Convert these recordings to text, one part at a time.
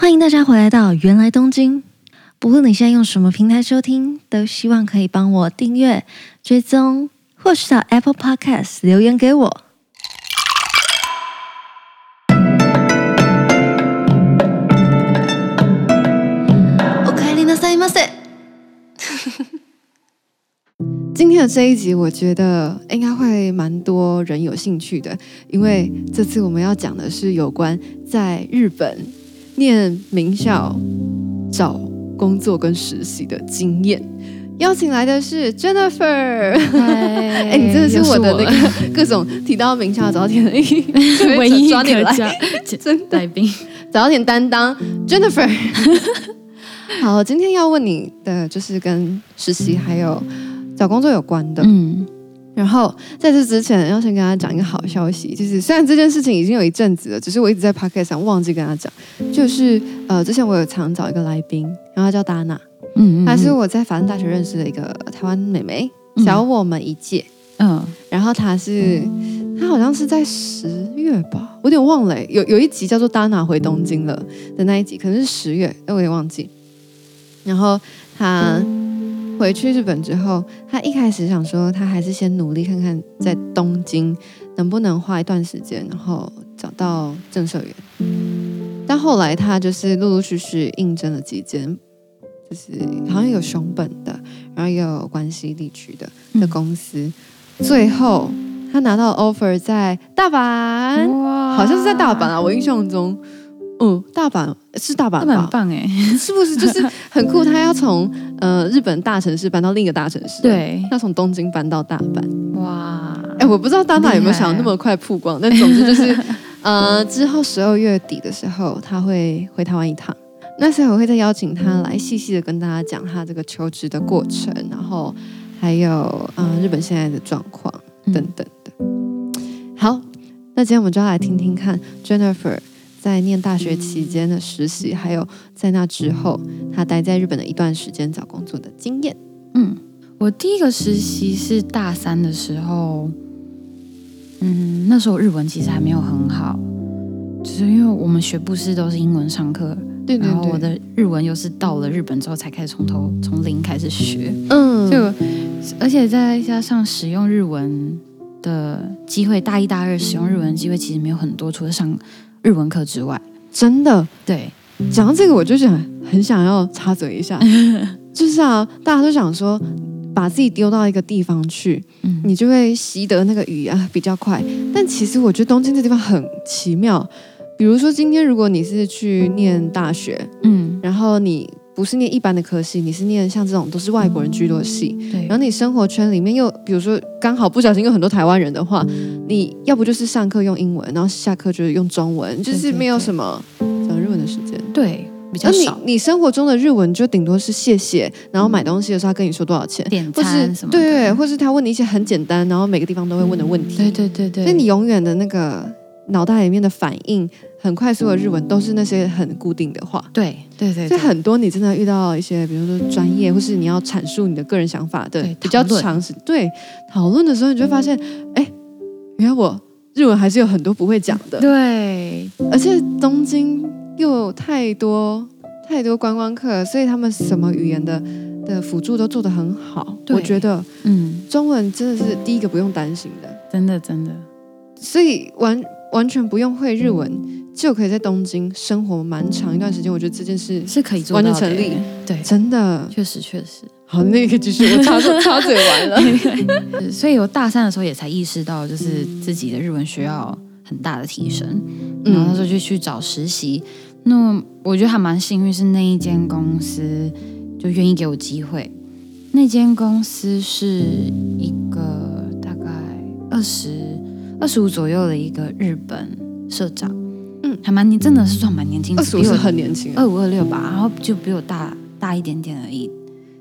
欢迎大家回来到原来东京。不论你现在用什么平台收听，都希望可以帮我订阅、追踪，或是到 Apple Podcast 留言给我。おかえりなさいませ。今天的这一集，我觉得应该会蛮多人有兴趣的，因为这次我们要讲的是有关在日本念名校找工作跟实习的经验。邀请来的是 Jennifer，哎、 哎你真的是我的那个个各种提到名校早点的 一特别 唯一抓你可来，加真的来宾。早点担当 Jennifer。好，今天要问你的就是跟实习还有找工作有关的。 嗯，然后在这之前，要先跟大家讲一个好消息，就是虽然这件事情已经有一阵子了，只是我一直在 p o c a s t 上忘记跟他讲。就是呃，之前我有常找一个来宾，然后她叫达娜，嗯嗯，她是我在法政大学认识的一个台湾妹妹，小我们一届。嗯然后她是，她好像是在十月吧，我有点忘了欸、有有一集叫做《达娜回东京了》的那一集，可能是十月，但我有点忘记。然后她回去日本之后，她一开始想说，她还是先努力看看在东京能不能花一段时间，然后找到正社员。但后来她就是陆陆续续应征了几间，就是好像有熊本的，然后也有关西地区的的嗯公司。最后她拿到 offer 在大阪，哇好像是在大阪，啊，我印象中。嗯，大阪是大阪那吧？很棒哎。 是不是就是很酷？他要从呃日本大城市搬到另一个大城市，，对，要从东京搬到大阪。哇，哎、我不知道丹娜有没有厉害想要那么快曝光，但总之 就是，呃，之后十二月底的时候，他会回台湾一趟。那时候我会再邀请他来细细的跟大家讲他这个求职的过程，然后还有呃日本现在的状况等嗯等的。好，那今天我们就要来听听看 Jennifer 在念大学期间的实习，还有在那之后她待在日本的一段时间找工作的经验。嗯，我第一个实习是大三的时候，嗯，那时候日文其实还没有很好，就是因为我们学部是都是英文上课，对对然后我对，的日文又是到了日本之后才开始从头从零开始学，嗯，就而且再加上使用日文的机会，大一大二使用日文的机会其实没有很多，除了上日文课之外，真的对，讲到这个，我就想很想要插嘴 一下，就是啊，大家都想说，把自己丢到一个地方去，嗯，你就会习得那个语言啊比较快。但其实我觉得东京这地方很奇妙，比如说今天如果你是去念大学，嗯，然后你不是念一般的科系，你是念像这种都是外国人居多的系，对然后，你生活圈里面又比如说刚好不小心有很多台湾人的话，你要不就是上课用英文，然后下课就是用中文，就是对对没有对什么讲日文的时间。对，比较那你少你生活中的日文就顶多是谢谢，然后买东西的时候他跟你说多少钱，点或是餐什么的，嗯对，或是他问你一些很简单，然后每个地方都会问的问题。对对对对，所以你永远的那个脑袋里面的反应很快速的日文都是那些很固定的话。对对对所对以很多你真的遇到一些，比如说专业，或是你要阐述你的个人想法的对比较讨论嗯长时对讨论的时候，你就会发现，哎、原来我日文还是有很多不会讲的。对，而且东京又有太多太多观光客，所以他们什么语言的的辅助都做得很好。对我觉得嗯，中文真的是第一个不用担心的，真的真的，所以完完全不用会日文、就可以在东京生活蛮长一段时间。我觉得这件事是可以做完到全的成立欸，对，真的确实确实。好，那个继续，我插嘴插嘴完 了。所以我大三的时候也才意识到，就是自己的日文需要很大的提升。然后那时嗯候就去找实习。那我觉得还蛮幸运，是那一间公司就愿意给我机会。那间公司是一个大概二十二十五左右的一个日本社长，嗯还蛮年，真的是算蛮年轻，二十五比是我很年轻啊，二五二六吧，然后就比我大大一点点而已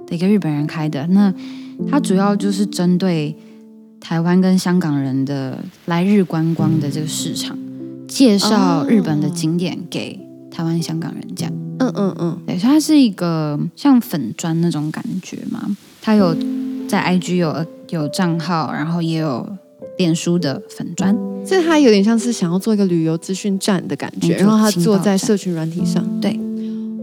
的一个日本人开的。那他主要就是针对台湾跟香港人的来日观光的这个市场，介绍日本的景点给台湾、香港人这样。嗯嗯嗯，对，所以它是一个像粉砖那种感觉嘛。它有在 IG 有有账号，然后也有脸书的粉砖。所以他有点像是想要做一个旅游资讯站的感觉，没错然后他情坐报站在嗯社群软体上，对，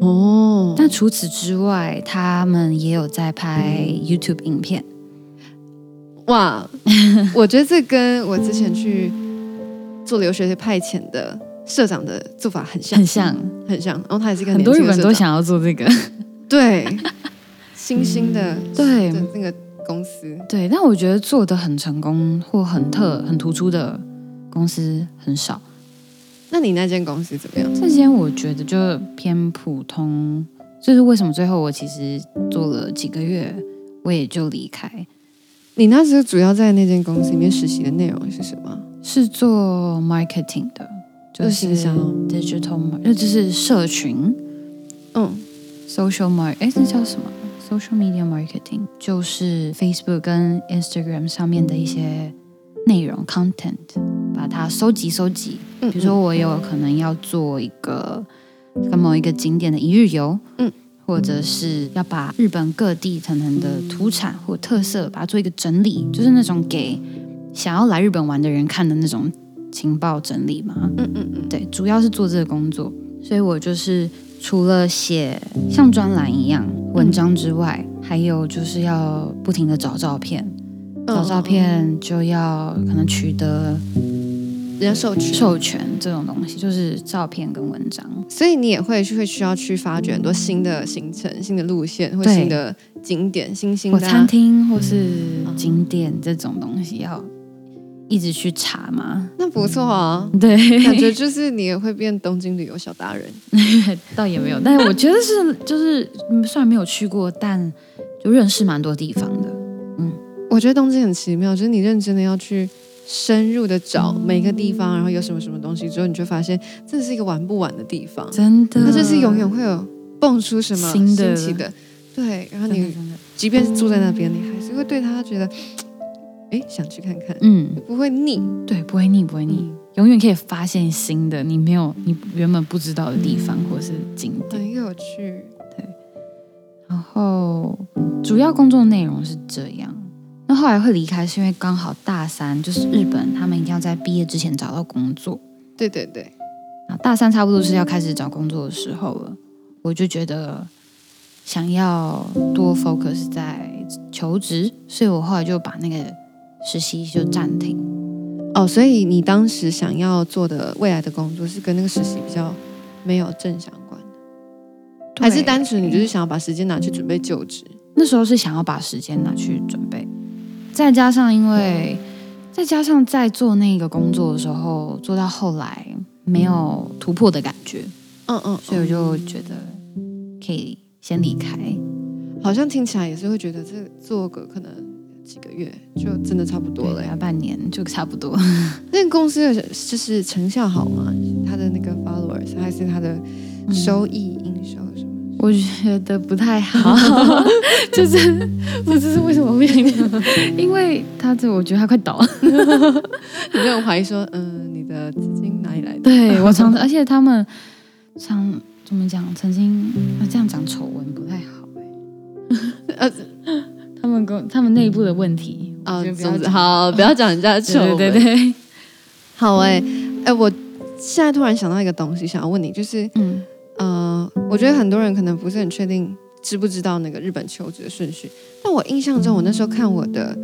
哦，但除此之外，他们也有在拍 YouTube 影片。哇，我觉得这跟我之前去做留学派遣的社长的做法很像，很像，很像。然后他也是一个很多日年轻本人的社都长想要做这个。对新兴 的嗯对的那个公司，对，但我觉得做的很成功或很特很突出的公司很少。那你那间公司怎么样？这间我觉得就偏普通，就是为什么最后我其实做了几个月，我也就离开，你那时候主要在那间公司里面实习的内容是什么？是做 marketing 的，就做是行销 digital mar，那就是社群嗯， social mar，哎，这叫什么？social media marketing 就是 Facebook 跟 Instagram 上面的一些内容 content，把它收集收集。嗯比如说，我有可能要做一个跟某一个景点的一日游，嗯，或者是要把日本各地可能的土产或特色把它做一个整理，就是那种给想要来日本玩的人看的那种情报整理嘛。嗯嗯嗯，对，主要是做这个工作，所以我就是除了写像专栏一样文章之外，还有就是要不停的找照片，找照片就要可能取得嗯，人家授权，授权这种东西，就是照片跟文章。所以你也会去会需要去发掘很多新的行程、新的路线或对新的景点、新兴或的啊餐。厅或是景点这种东西要一直去查 嘛？那不 错啊，对，感觉就是你也会变东京旅游小达人。倒也没有，但是我觉得是就是嗯虽然没有去过，但就认识蛮多地方的。我觉得东京很奇妙，就是你认真的要去深入的找每个地方，然后有什么什么东西之后，你就发现这是一个玩不完的地方，真的，它就是永远会有蹦出什么新新的奇的。对，然后真的你真的，即便是住在那边，你还是会对它觉得，哎，想去看看，嗯，不会腻。对，不会腻，不会腻，嗯永远可以发现新的你没有你原本不知道的地方或是景点。嗯很有趣。然后主要工作内容是这样。那后来会离开，是因为刚好大三，就是日本他们一定要在毕业之前找到工作。对对对，啊，大三差不多是要开始找工作的时候了，我就觉得想要多 focus 在求职，所以我后来就把那个实习就暂停。哦，所以你当时想要做的未来的工作是跟那个实习比较没有正相关的，还是对单纯你就是想要把时间拿去准备就职？那时候是想要把时间拿去准备，再加上因为再加上在做那个工作的时候，做到后来没有突破的感觉，嗯嗯，所以我就觉得可以先离开。好像听起来也是会觉得这做个可能几个月就真的差不多了欸对耶。啊，半年就差不多。嗯那个公司的就是成效好吗？他的那个 followers 还是他的收益、应收什么？我觉得不太 好，就是不知是为什么会因为他这我觉得他快倒了。 你这种怀疑说，嗯，你的资金哪里来 的？对我常常，而且他们常怎么讲，曾经啊这样讲丑闻不太好欸呃他们跟他们内部的问题啊、我觉得不要总之讲好，不要讲人 家的丑闻。对对对对，好哎、哎、我现在突然想到一个东西，想要问你，就是嗯，呃，我觉得很多人可能不是很确定知不知道那个日本求职的顺序，但我印象中，我那时候看我的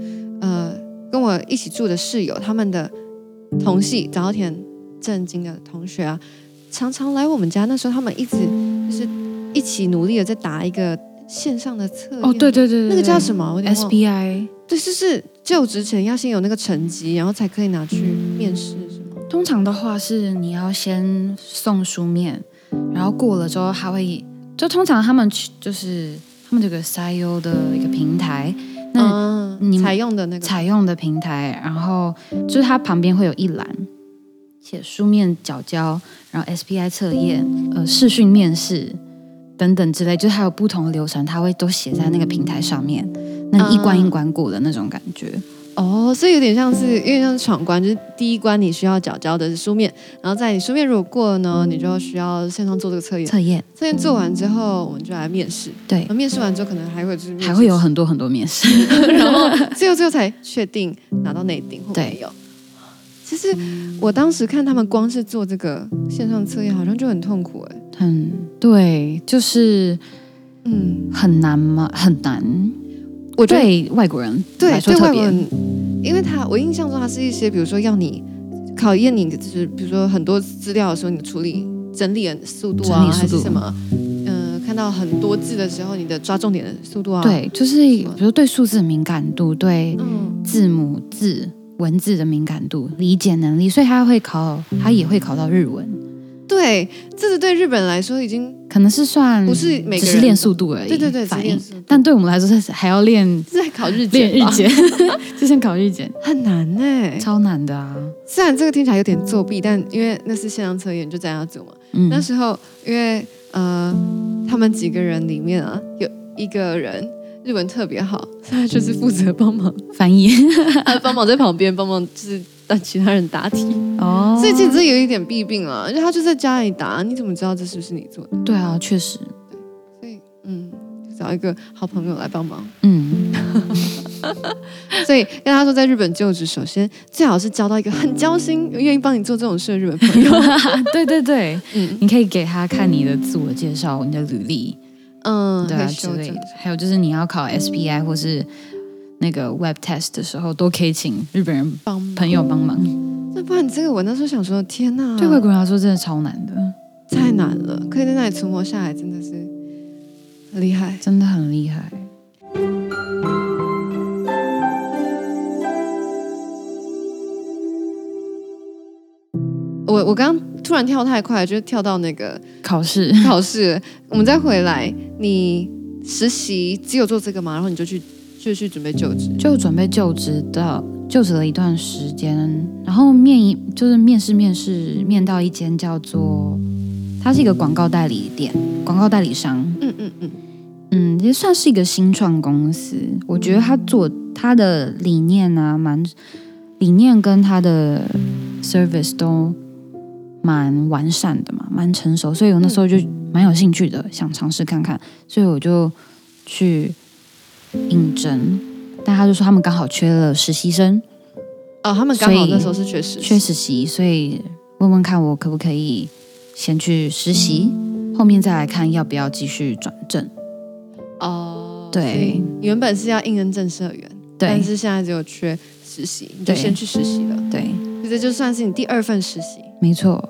呃跟我一起住的室友他们的同系早田正经的同学啊，常常来我们家，那时候他们一直就是一起努力的在答一个线上的测验，哦对对对对，那个叫对什么？我有点忘了 SBI，对，就是就职前要先有那个成绩，然后才可以拿去面试，是吗？通常的话是你要先送书面，然后过了之后还会，就通常他们去就是他们这个 s i o 的一个平台，那嗯，你们采用的那个采用的平台，然后就是它旁边会有一栏写书面缴交，然后 SPI 测验、呃视讯面试等等之类，就是还有不同的流程，它会都写在那个平台上面，那你一关一关过的那种感觉。哦，所以有点像是有点像是闯关，就是第一关你需要缴交的是书面，然后在你书面如果过了呢，你就需要线上做这个测验，测验测验做完之后我们就来面试，对那，面试完之后可能嗯还会就是面试还会有很多很多面试。 然后最后最后才确定拿到内定或没有。其实我当时看他们光是做这个线上测验，好像就很痛苦哎、很嗯对，就是嗯，很难嘛，很难。我觉得对外国人对来说特外国别，人，因为他我印象中他是一些，比如说要你考验你，就是比如说很多资料的时候，你处理整理的速度整啊，理速还度是什么，嗯、看到很多字的时候，你的抓重点的速度啊，，对，就是什么比如对数字的敏感度，对嗯，字母字文字的敏感度、理解能力，所以他会考，他也会考到日文，对，这是对日本人来说已经可能是算不是每嗯个人只是练速度而已，对对对，反只应练。速度但对我们来说是还要练是在考日 练检日吧，检，就像考日检，很难哎、超难的啊。虽然这个听起来有点作弊，但因为那是线上测验，就这样要做嘛。嗯，那时候因为呃，他们几个人里面啊，有一个人日文特别好，所以他就是负责帮 忙，翻译他啊帮忙在旁边帮忙，就是让其他人答题。哦所以其实这有一点弊病啊，因为他就在家里答，你怎么知道这是不是你做的？对啊，确实，所以嗯，就找一个好朋友来帮忙。嗯， 所以跟他说，在日本就职，首先最好是交到一个很交心、愿意帮你做这种事的日本朋友。 对对对，嗯你可以给他看你的自我介绍、你的履历，嗯，对啊会之修类正的。还有就是你要考 SPI 或是那个 Web Test 的时候，都可以请日本人帮忙嗯朋友帮忙。那不然这个我那时候想说，天呐，对外国人来说，真的超难的，太难了，可以在那里存活下来，真的是很厉害。真的很厉害。我我刚刚突然跳太快，就跳到那个考试 考试， 我们再回来。你实习只有做这个吗？然后你就去就去准备就职。就准备就职的，就职了一段时间，然后面一就是面试面试面到一间叫做，它是一个广告代理店，广告代理商，嗯嗯嗯，嗯，也算是一个新创公司。我觉得他做他的理念啊，蛮理念跟他的 service 都蛮完善的嘛，蛮成熟，所以我那时候就蛮有兴趣的，想尝试看看，所以我就去应征。但他就说他们刚好缺了实习生，哦，他们刚好所以那时候是确实缺实习，所以问问看我可不可以先去实习，后面再来看要不要继续转正。哦，对所以你原本是要应征正社员，但对是现在只有缺实习，你就对先去实习了。对，所以这就算是你第二份实习。没错。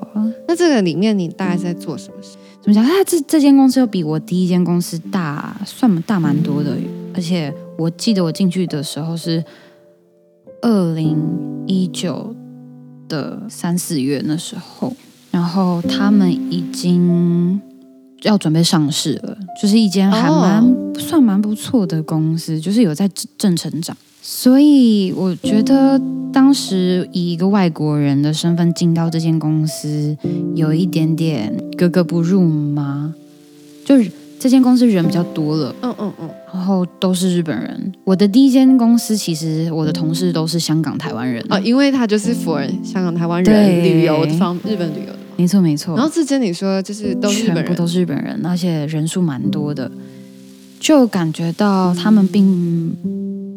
那这个里面你大概在做什么事？怎么讲？它这这间公司又比我第一间公司大，算大蛮多的。而且我记得我进去的时候是二零一九的三四月那时候，然后他们已经要准备上市了，就是一间还蛮、算蛮不错的公司，就是有在正正成长。所以我觉得当时以一个外国人的身份进到这间公司，有一点点格格不入吗？就是这间公司人比较多了，嗯嗯嗯，然后都是日本人。我的第一间公司其实我的同事都是香港、台湾人。哦，因为他就是佛人，香港、台湾人对旅游的方，日本旅游的嘛。没错没错，然后之前你说就是都是日全本部人，都是日本人，而且人数蛮多的，就感觉到他们并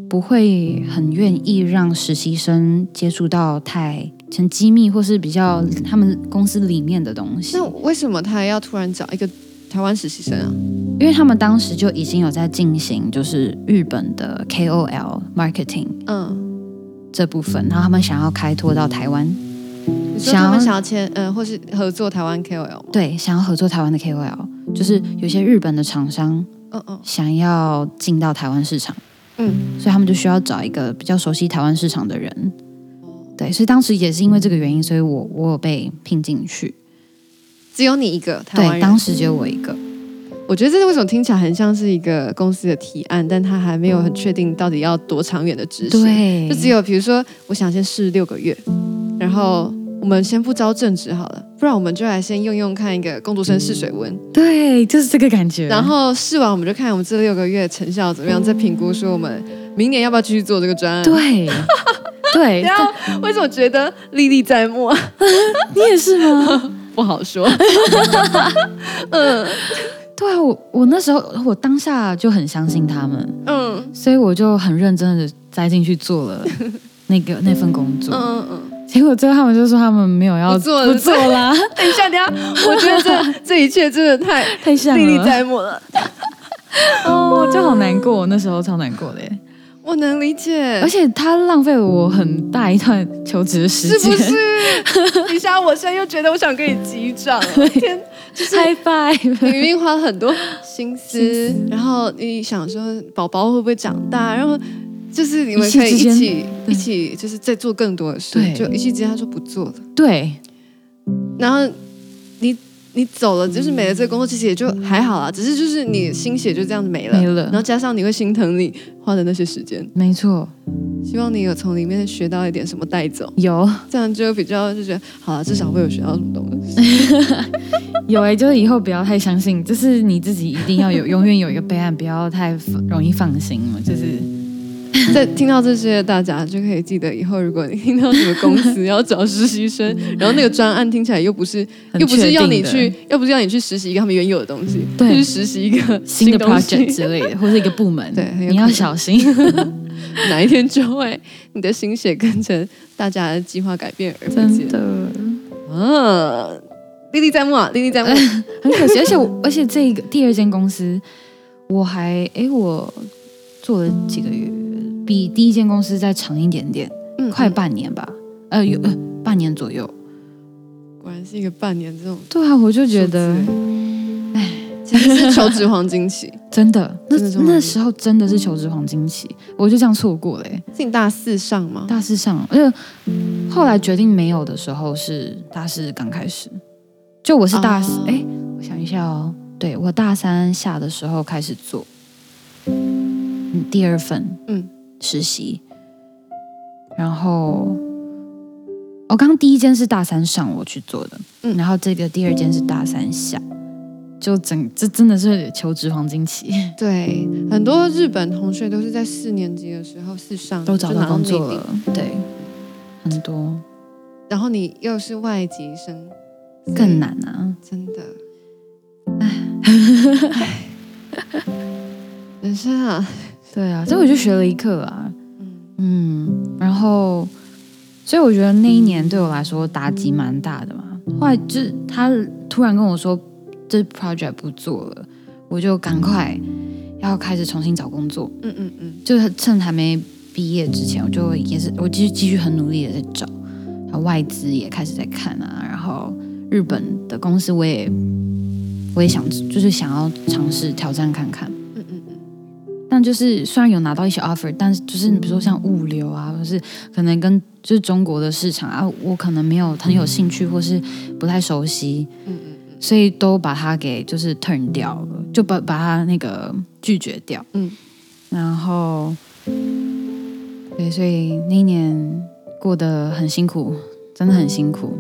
不会很愿意让实习生接触到太很机密或是比较他们公司里面的东西。那为什么他要突然找一个台湾实习生啊？因为他们当时就已经有在进行就是日本的 KOL marketing 嗯，这部分，然后他们想要开拓到台湾，你说他想要们想要签，呃，或是合作台湾 KOL 吗？对，想要合作台湾的 KOL，就是有些日本的厂商嗯嗯想要进到台湾市场，嗯，所以他们就需要找一个比较熟悉台湾市场的人。对，所以当时也是因为这个原因，所以我我有被聘进去。只有你一个台湾对，人。嗯当时只有我一个。我觉得这是为什么听起来很像是一个公司的提案，但他还没有很确定到底要多长远的执行。对，就只有比如说，我想先试六个月，然后我们先不招正职好了，不然我们就来先用用看一个工读生试水温，对，就是这个感觉。然后试完我们就看我们这六个月成效怎么样，再评估说我们明年要不要继续做这个专案。， 对对，然后为什么觉得历历在目啊？你也是吗？不好说。对啊，我我那时候我当下就很相信他们， 嗯所以我就很认真的栽进去做了那个那份工嗯作。嗯嗯，其结果最后他们就说他们没有要不做了不做啦， 等一下，等一下，我觉得这这一切真的 太太像历历了，在目嗯了。哦，就好难过，那时候超难过的耶， 我能理解，而且他浪费了我很大一段求职的时是间，不是？等一下，我现在又觉得我想跟你击掌 了，天就是？High five！ 你明明花了很多心思，然后你想说宝宝会不会长大，然后就是你们可以一夕一之间起一起，就是再做更多的事，对就一夕之间他说不做了，对，然后你你走了，就是没了这个工作，其实也就还好啦，只是就是你心血就这样子没了，没了然后加上你会心疼你花的那些时间，没错，希望你有从里面学到一点什么带走，有这样就比较就觉得好了，至少会有学到什么东西。有哎、就是以后不要太相信，就是你自己一定要有永远有一个备案，不要太放容易放心嘛，就是在听到这些，大家就可以记得以后，如果你听到什么公司要找实习生， 然后那个专案听起来又不是嗯很又不确是要定你的嗯去，又不是要你去实习一个他们原有的东西，对去实习一个新的东西 project 之类的，或是一个部门， 对很有你要可能小心。哪一天就会你的心血跟着大家的计划改变而不真见。的嗯，历历在目啊，历 历在目。很可惜，而且我而且这个第二间公司，我还诶，我做了几个月，比第一间公司再长一点点，嗯，快半年吧，呃，有呃半年左右。果然是一个半年这种对啊，我就觉数字得， 哎，其实是求职黄金期， 真的，那真那的是黄金时候真的是求职黄金期，我就这样错过了、欸。是你大四上吗？大四上，而且后来决定没有的时候是大四刚开始，就我是大四哦，哎、我想一下哦，对我大三下的时候开始做，嗯，第二份嗯实习，然后我刚刚第一间是大三上我去做的，嗯然后这个第二间是大三下，就整这真的是求职黄金期。对，很多日本同学都是在四年级的时候四上都找就到拿工内作定了，对，很多然后你又是外籍生，更，难啊。真的，唉，人生啊，对啊，所以我就学了一课啦，嗯，嗯，然后，所以我觉得那一年对我来说打击蛮大的嘛。后来就是他突然跟我说这 project 不做了，我就赶快要开始重新找工作，嗯嗯嗯，就是趁还没毕业之前，我就也是我继续继续很努力的在找，然后外资也开始在看啊，然后日本的公司我也我也想就是想要尝试挑战看看，嗯嗯嗯，但就是虽然有拿到一些 offer，但是就是比如说像物流啊，或是可能跟就是中国的市场啊，我可能没有很有兴趣，或是不太熟悉，嗯所以都把它给就是 turn 掉了，就把把它那个拒绝掉，嗯，然后对，所以那一年过得很辛苦，真的很辛苦，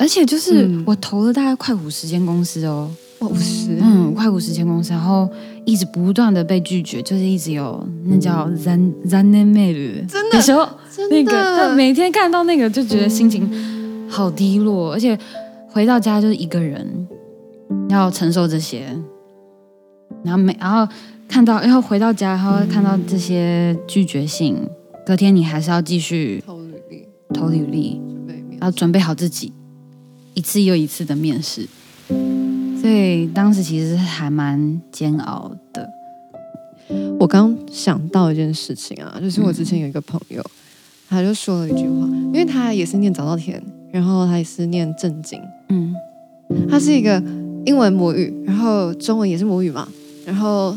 而且就是嗯我投了大概快五十间公司哦，哇，五十，嗯，快五十间公司，然后一直不断的被拒绝，就是一直有那叫 zan zan n m e 嗯真的的时候，真那的，个但每天看到那个就觉得心情好低落，而且回到家就是一个人要承受这些，然后每然后看到然后回到家，然后看到这些拒绝信，隔天你还是要继续投履历，投履历，准备啊面然后准备好自己一次又一次的面试，所以当时其实还蛮煎熬的。我刚想到一件事情啊，就是我之前有一个朋友，嗯他就说了一句话，因为他也是念早稻田，然后他也是念正经，嗯，他是一个英文母语，然后中文也是母语嘛，然后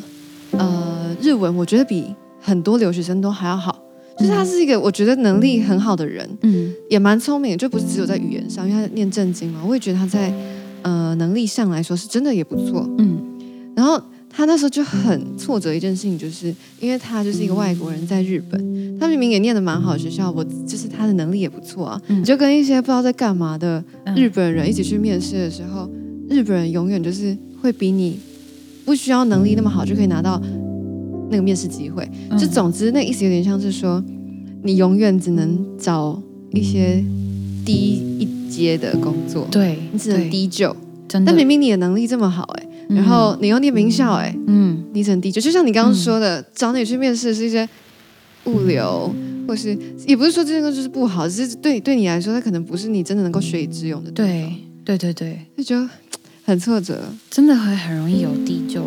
呃日文我觉得比很多留学生都还要好，就是他是一个我觉得能力很好的人，嗯，也蛮聪明的，就不是只有在语言上，因为他念正经嘛，我也觉得他在呃能力上来说是真的也不错，嗯，然后他那时候就很挫折一件事情，就是因为他就是一个外国人在日本，他明明也念的蛮好的学校，我就是他的能力也不错啊，嗯你就跟一些不知道在干嘛的嗯日本人一起去面试的时候，日本人永远就是会比你不需要能力那么好就可以拿到那个面试机会。就种总之那意思有点像是说，你永远只能找一些低一阶的工作，对，你只能对，低就。真的但。明明你的能力这么好哎、嗯然后你又念名校哎、嗯，你只能低就，就像你刚刚说的，找你去面试是一些物流、或是也不是说这个就是不好，只是对对你来说，它可能不是你真的能够学以致用的地方，对对对对，就觉得很挫折。真的会很容易有地就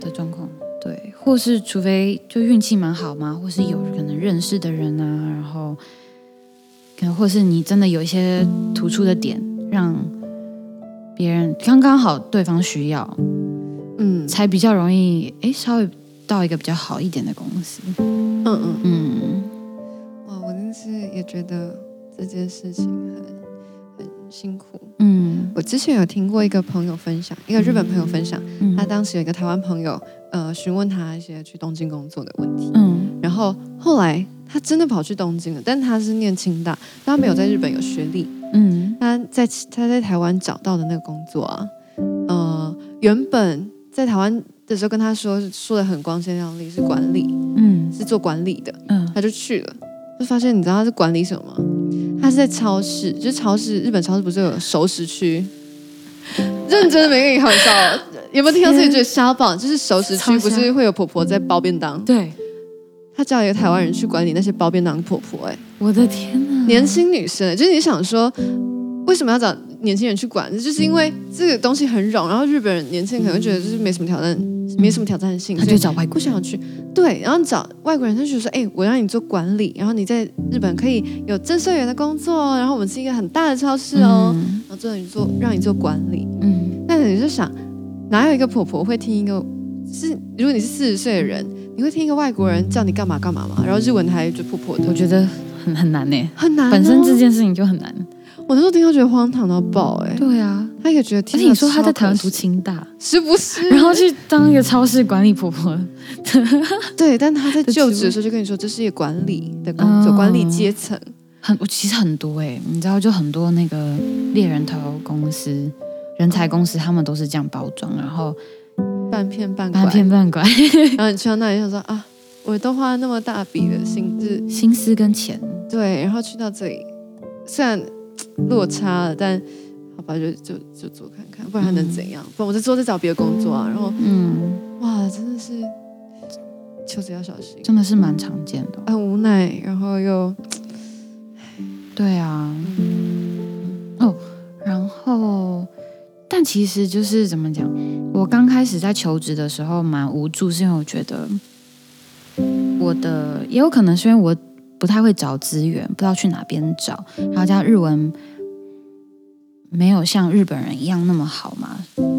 的状况，对，或是除非就运气蛮好嘛，或是有可能认识的人啊，然后可能或是你真的有一些突出的点，让别人刚刚好对方需要，嗯才比较容易诶，稍微到一个比较好一点的公司，嗯嗯，嗯，哇，我真是也觉得这件事情很很辛苦。嗯我之前有听过一个朋友分享，一个日本朋友分享，嗯他当时有一个台湾朋友，呃，询问他一些去东京工作的问题，嗯然后后来他真的跑去东京了，但他是念清大，但他没有在日本有学历，嗯他在他在台湾找到的那个工作啊，呃，原本在台湾的时候跟他说说的很光鲜亮丽，是管理，嗯是做管理的，嗯他就去了，就发现你知道他是管理什么吗？他是在超市，就是超市，日本超市不是有熟食区？ 认真的没跟你开玩笑哦，有没有听到这一句沙棒？就是熟食区超不是香会有婆婆在包便当？对，他叫一个台湾人去管理那些包便当的婆婆、哎，我的天呐，年轻女生、欸就是你想说，为什么要找年轻人去管？就是因为这个东西很冗，然后日本人年轻人可能会觉得就是没什么挑战，没什么挑战性，他所以就找外不国人，想去，对，然后找外国人，他就说，哎、我让你做管理，然后你在日本可以有正社员的工作哦，然后我们是一个很大的超市哦，然后最后你做让你做管理，嗯，那你就想，哪有一个婆婆会听一个是如果你是四十岁的人，你会听一个外国人叫你干嘛干嘛嘛，然后日文还就破破的，嗯，我觉得很很难呢、啊很难哦、本身这件事情就很难。我那时候听到觉得荒唐到爆、哎，对啊，他也觉得，而且你说他在台湾读天清大，哪，是不是？然后去当一个超市管理婆婆，对，但他在的就职职的时候就跟你说，这是一个管理的工作，嗯管理阶层，很我其实很多哎、你知道，就很多那个猎人头公司、人才公司，他们都是这样包装，然后半骗半拐半。骗半拐， 然后你去到那里想说啊，我都花了那么大笔的心智，心思跟钱，对，然后去到这里，虽然嘖落差了，但好吧，就就就做看看，不然还能怎样？不然我在之后再找别的工作啊。然后嗯，哇，真的是求职要小心，真的是蛮常见的哦。很无奈，然后又对啊，哦，然后，但其实就是怎么讲，我刚开始在求职的时候蛮无助，是因为我觉得我的也有可能是因为我不太会找资源，不知道去哪边找，然后加上日文没有像日本人一样那么好嘛，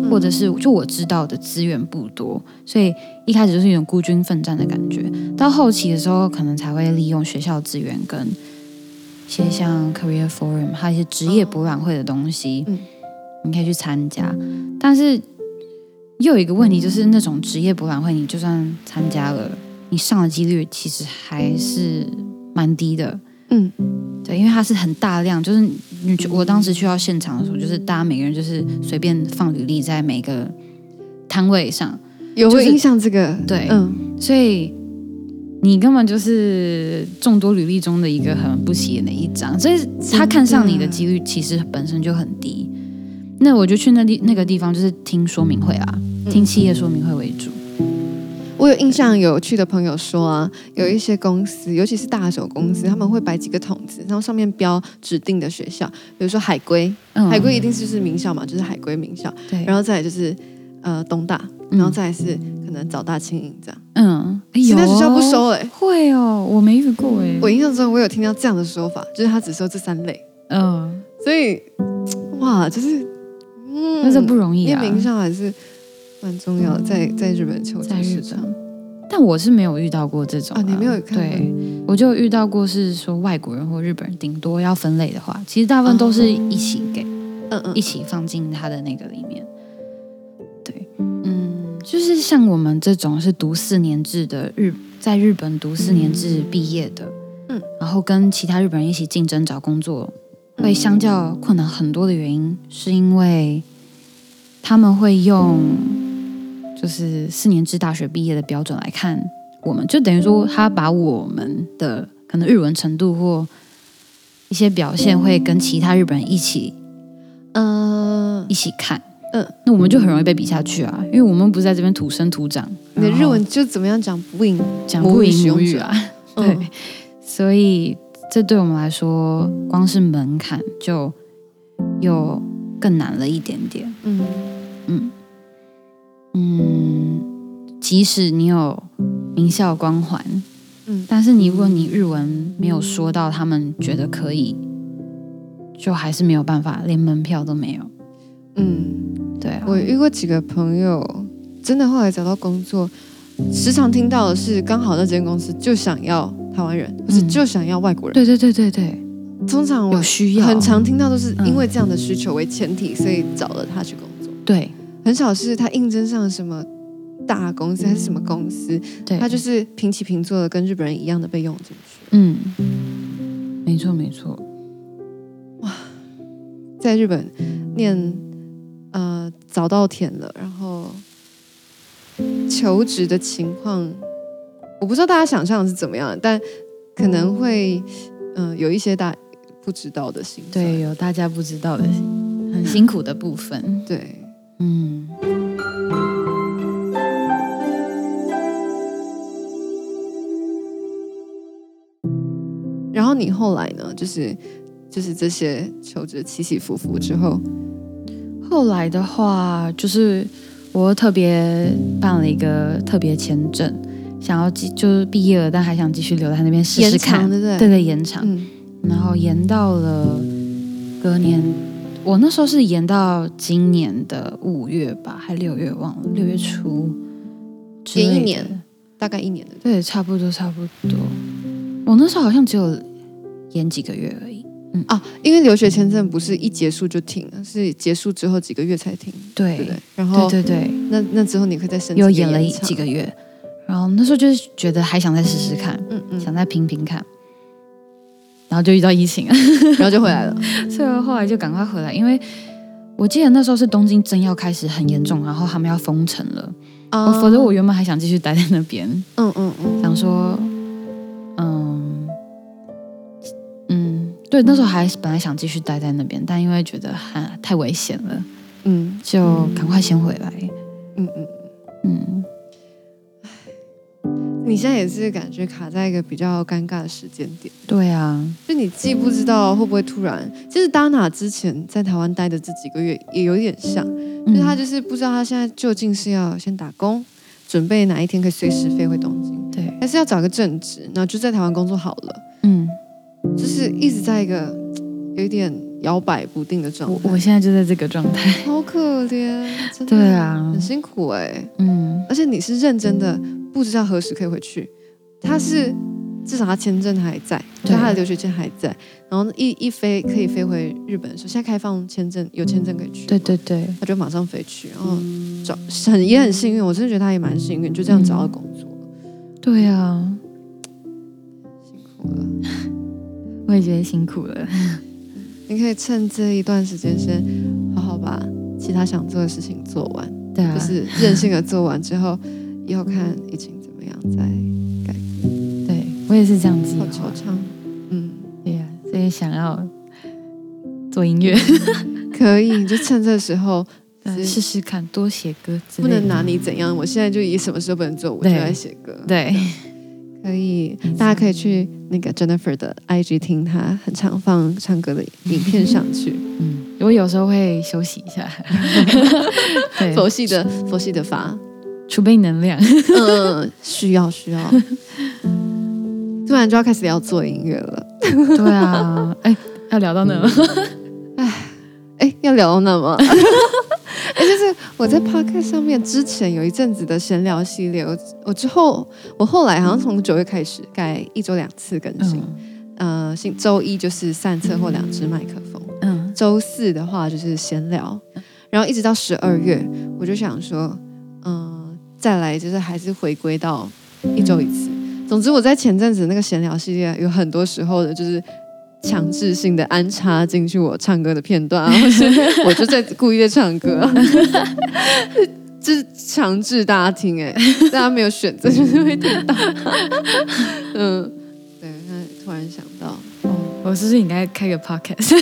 或者嗯是就我知道的资源不多，所以一开始就是有种孤军奋战的感觉。到后期的时候，可能才会利用学校资源跟一些像 Career Forum 还有一些职业博览会的东西，嗯你可以去参加。但是又有一个问题，就是那种职业博览会，你就算参加了，你上的几率其实还是蛮低的。嗯对，因为它是很大量，就是你去我当时去到现场的时候，就是嗯大家每个人就是随便放履历在每个摊位上，有就会是印象这个，对嗯，所以你根本就是众多履历中的一个很不起眼的一张，所以他看上你的几率其实本身就很低。那我就去那地那个地方，就是听说明会啦，嗯听企业说明会为主。我有印象，有去的朋友说啊，有一些公司，尤其是大手公司，他们会摆几个桶子，然后上面标指定的学校，比如说海归，嗯，海归一定是就是名校嘛，就是海归名校，对，然后再来就是呃东大，嗯然后再来是可能早大清英这样。嗯，哎其有他哦学校不收哎、会哦，我没遇过哎、我印象中我有听到这样的说法，就是他只收这三类，嗯，所以哇，就是嗯，那这不容易因啊。嗯为名校还是蛮重要的，在在日本求在日职市场，但我是没有遇到过这种啊你没有看过对，我就遇到过是说外国人或日本人，顶多要分类的话，其实大部分都是一起给，嗯嗯一起放进他的那个里面。对，嗯，就是像我们这种是读四年制的日，在日本读四年制毕业的，嗯，然后跟其他日本人一起竞争找工作，会嗯相较困难很多的原因，是因为他们会用就是四年制大学毕业的标准来看我们，就等于说他把我们的可能日文程度或一些表现会跟其他日本人一起嗯一，起看，嗯嗯，那我们就很容易被比下去啊，因为我们不是在这边土生土长，你的然后日文就怎么样讲不赢，讲不母语使赢用母语者啊，嗯对，所以这对我们来说，光是门槛就又更难了一点点。嗯嗯嗯，即使你有名校光环，嗯但是你如果你日文没有说到他们觉得可以，就还是没有办法，连门票都没有。嗯，对啊，我遇过几个朋友，真的后来找到工作，时常听到的是，刚好那间公司就想要台湾人，或是嗯就想要外国人。对对对对对，通常我有需要，很常听到都是嗯因为这样的需求为前提，所以找了他去工作，对很少是他应征上什么大公司还是什么公司，对，他就是平起平坐的跟日本人一样的被用进去。嗯，没错没错，在日本念呃早稻田了，然后求职的情况，我不知道大家想象的是怎么样，但可能会嗯、呃有一些大不知道的心酸对，有大家不知道的很辛苦的部分，对，嗯。然后你后来呢，就是就是这些求职起起伏伏之后，后来的话，就是我特别办了一个特别签证，想要继就是毕业了，但还想继续留在那边试试延长看，对不对？对对，延长，嗯然后延到了隔年，我那时候是延到今年的五月吧，还六月忘了，六月初之类的延一年，大概一年的，对，差不多差不多。嗯我那时候好像只有延几个月而已，啊，因为留学签证不是一结束就停了，是结束之后几个月才停，对对不对？然后对对对。那那之后你可以再申请又演了一延长几个月，然后那时候就是觉得还想再试试看，嗯嗯，想再拼拼看，然后就遇到疫情了，然后就回 来了。 所以我后来就赶快回来，因为我记得那时候是东京真要开始很严重，然后他们要封城了，我啊哦否则我原本还想继续待在那边，嗯嗯嗯想说，嗯嗯，对，那时候还本来想继续待在那边，但因为觉得还太危险了，嗯就赶快先回来，嗯嗯，嗯。你现在也是感觉卡在一个比较尴尬的时间点，对啊，就你既不知道会不会突然，其实 Dana 之前在台湾待的这几个月也有点像，就是他嗯就是不知道他现在究竟是要先打工，准备哪一天可以随时飞回东京，对，还是要找个正职，然后就在台湾工作好了，嗯，就是一直在一个有一点摇摆不定的状我态。我现在就在这个状态。 好可怜，真的对啊很辛苦哎、嗯，而且你是认真的，不知道何时可以回去。他是至少他签证还在，嗯就对他的留学签还在，然后一一飞可以飞回日本的时候，现在开放签证，有签证可以去，对嗯对对，他就马上飞去，然后找很也很幸运，我真的觉得他也蛮幸运，就这样找到工作了，对啊，辛苦了。我也觉得辛苦了。你可以趁这一段时间先好好把其他想做的事情做完，对啊，就是任性的做完之后，以后看疫情怎么样 再对我也是这样计好划惆。怅。嗯。对啊，所以想要做音乐， 可以，你就趁这时候对 是试试看，多写歌之不类的。能拿你怎样。我现在就以什么事都不能做，我就对来写歌。，对，可以，大家可以去那个 Jennifer 的 IG 听她很常放唱歌的影片上去，嗯，我有时候会休息一 下， 对，佛系的佛系的发，储备能量。嗯，需要需要。 突然就要开始要做音乐了，对啊， 哎，要聊到那了。哎，要聊那么。 哎，就是我在 podcast 上面之前有一阵子的闲聊系列，我我之后我后来好像从九月开始改一周两次更新，嗯呃，星周一就是散策或两只麦克风，嗯周四的话就是闲聊，然后一直到十二月，我就想说，嗯、再来就是还是回归到一周一次。总之，我在前阵子那个闲聊系列，有很多时候的就是强制性的安插进去我唱歌的片段啊，或是我就在故意在唱歌、啊。就是强制大家听哎、大家没有选择，就是会听到。嗯，对，那突然想到，哦，我是不是应该开个 podcast？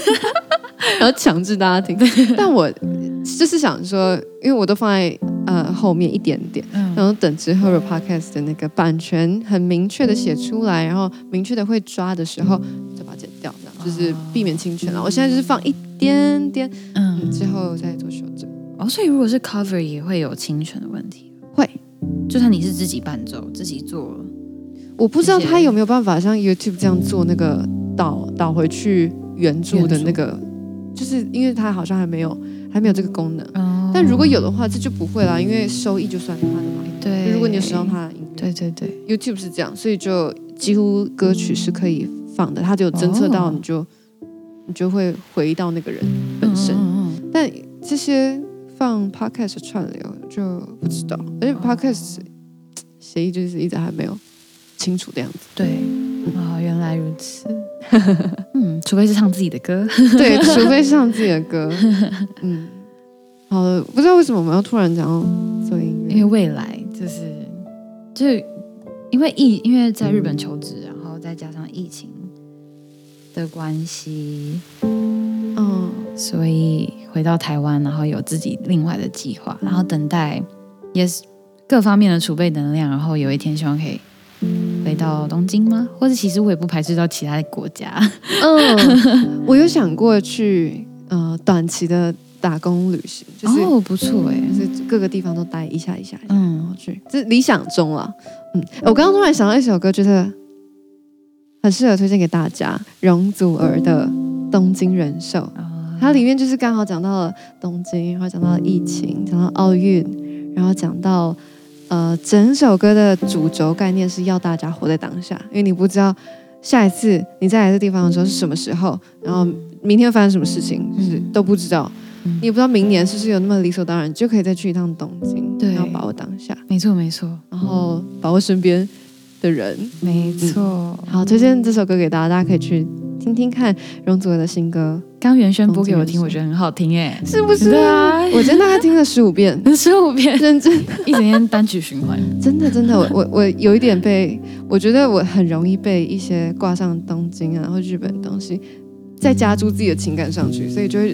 然后强制大家听。但我就是想说，因为我都放在呃后面一点点，然嗯 后等之后的 podcast 的那个版权很明确的写出来，然后明确的会抓的时候再把它剪掉，这样就是避免侵权了。我现在就是放一点点，嗯，嗯，之后再做修正。哦，所以如果是 cover 也会有侵权的问题，会，就算你是自己伴奏、自己做，我不知道谢谢他有没有办法像 YouTube 这样做那个导导回去原著的那个，就是因为他好像还没有还没有这个功能。哦但如果有的话，这就不会啦，因为收益就算他的嘛。对，如果你有使用他的音对乐，对对， YouTube 是这样，所以就几乎歌曲是可以放的，它只有侦测到哦你就、你就会回到那个人本身。嗯嗯嗯但这些放 Podcast 的串流就不知道，而哦且 Podcast 协议就是一直还没有清楚 的样子。对，啊、原来如此。 嗯，除非是唱自己的歌，对，除非唱自己 的歌。嗯，好了，不知道为什么我们要突然讲到做音因为乐。未来就是就是因为疫，因为在日本求职，然后再加上疫情的关系，嗯，所以回到台湾，然后有自己另外的计划，然后等待也是各方面的储备能量，然后有一天希望可以回到东京吗？或者其实我也不排斥到其他的国家，嗯， 我有想过去呃短期的打工旅行， 就是、哦，不错哎、就是各个地方都待一下一下一下，然后嗯，去，这是理想中啦。嗯，我刚刚突然想到一首歌，觉得很适合推荐给大家，容祖儿的《东京人寿》。哦它里面就是刚好讲到了东京，然后讲到了疫情，讲到奥运，然后讲到呃，整首歌的主轴概念是要大家活在当下，因为你不知道下一次你再来这地方的时候是什么时候，然后明天会发生什么事情，就是嗯都不知道，嗯你也不知道明年是不是有那么理所当然，就可以再去一趟东京，对然后把握当下，没错没错然后把握身边的人。没错。好，推荐这首歌给大家，大家可以去听听看容祖儿的新歌，刚原轩播给我听，东京人寿我觉得很好听 哎、是不是？对啊我今天大概听了十五遍。 十五遍，认真，一整天单曲循环。真的真的，我我我有一点被，我觉得我很容易被一些挂上东京啊或日本的东西，再加注自己的情感上去，所以就会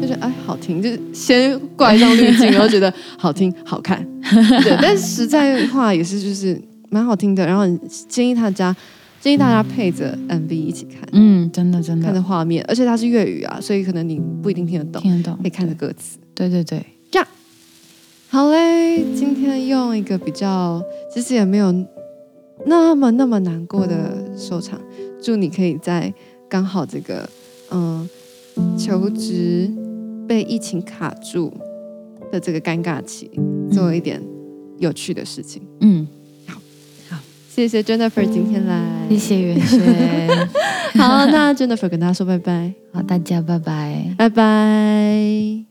就是哎好听，就是先挂上滤镜，然后觉得好听 好看，对，但实在话也是就是蛮好听的，然后很建议大家建议大家配着 MV 一起看，嗯，真的真看的着画面，而且它是粤语啊，所以可能你不一定听得懂，哎听得懂，可以看着歌词。对对对，好嘞，今天用一个比较，其实也没有那么那么难过的收场。祝你可以在刚好这个嗯求职被疫情卡住的这个尴尬期，做一点有趣的事情。嗯，谢谢 Jennifer 今天来，谢。谢原轩， 好，那 Jennifer 跟大家说拜拜，好，大家拜拜。拜拜。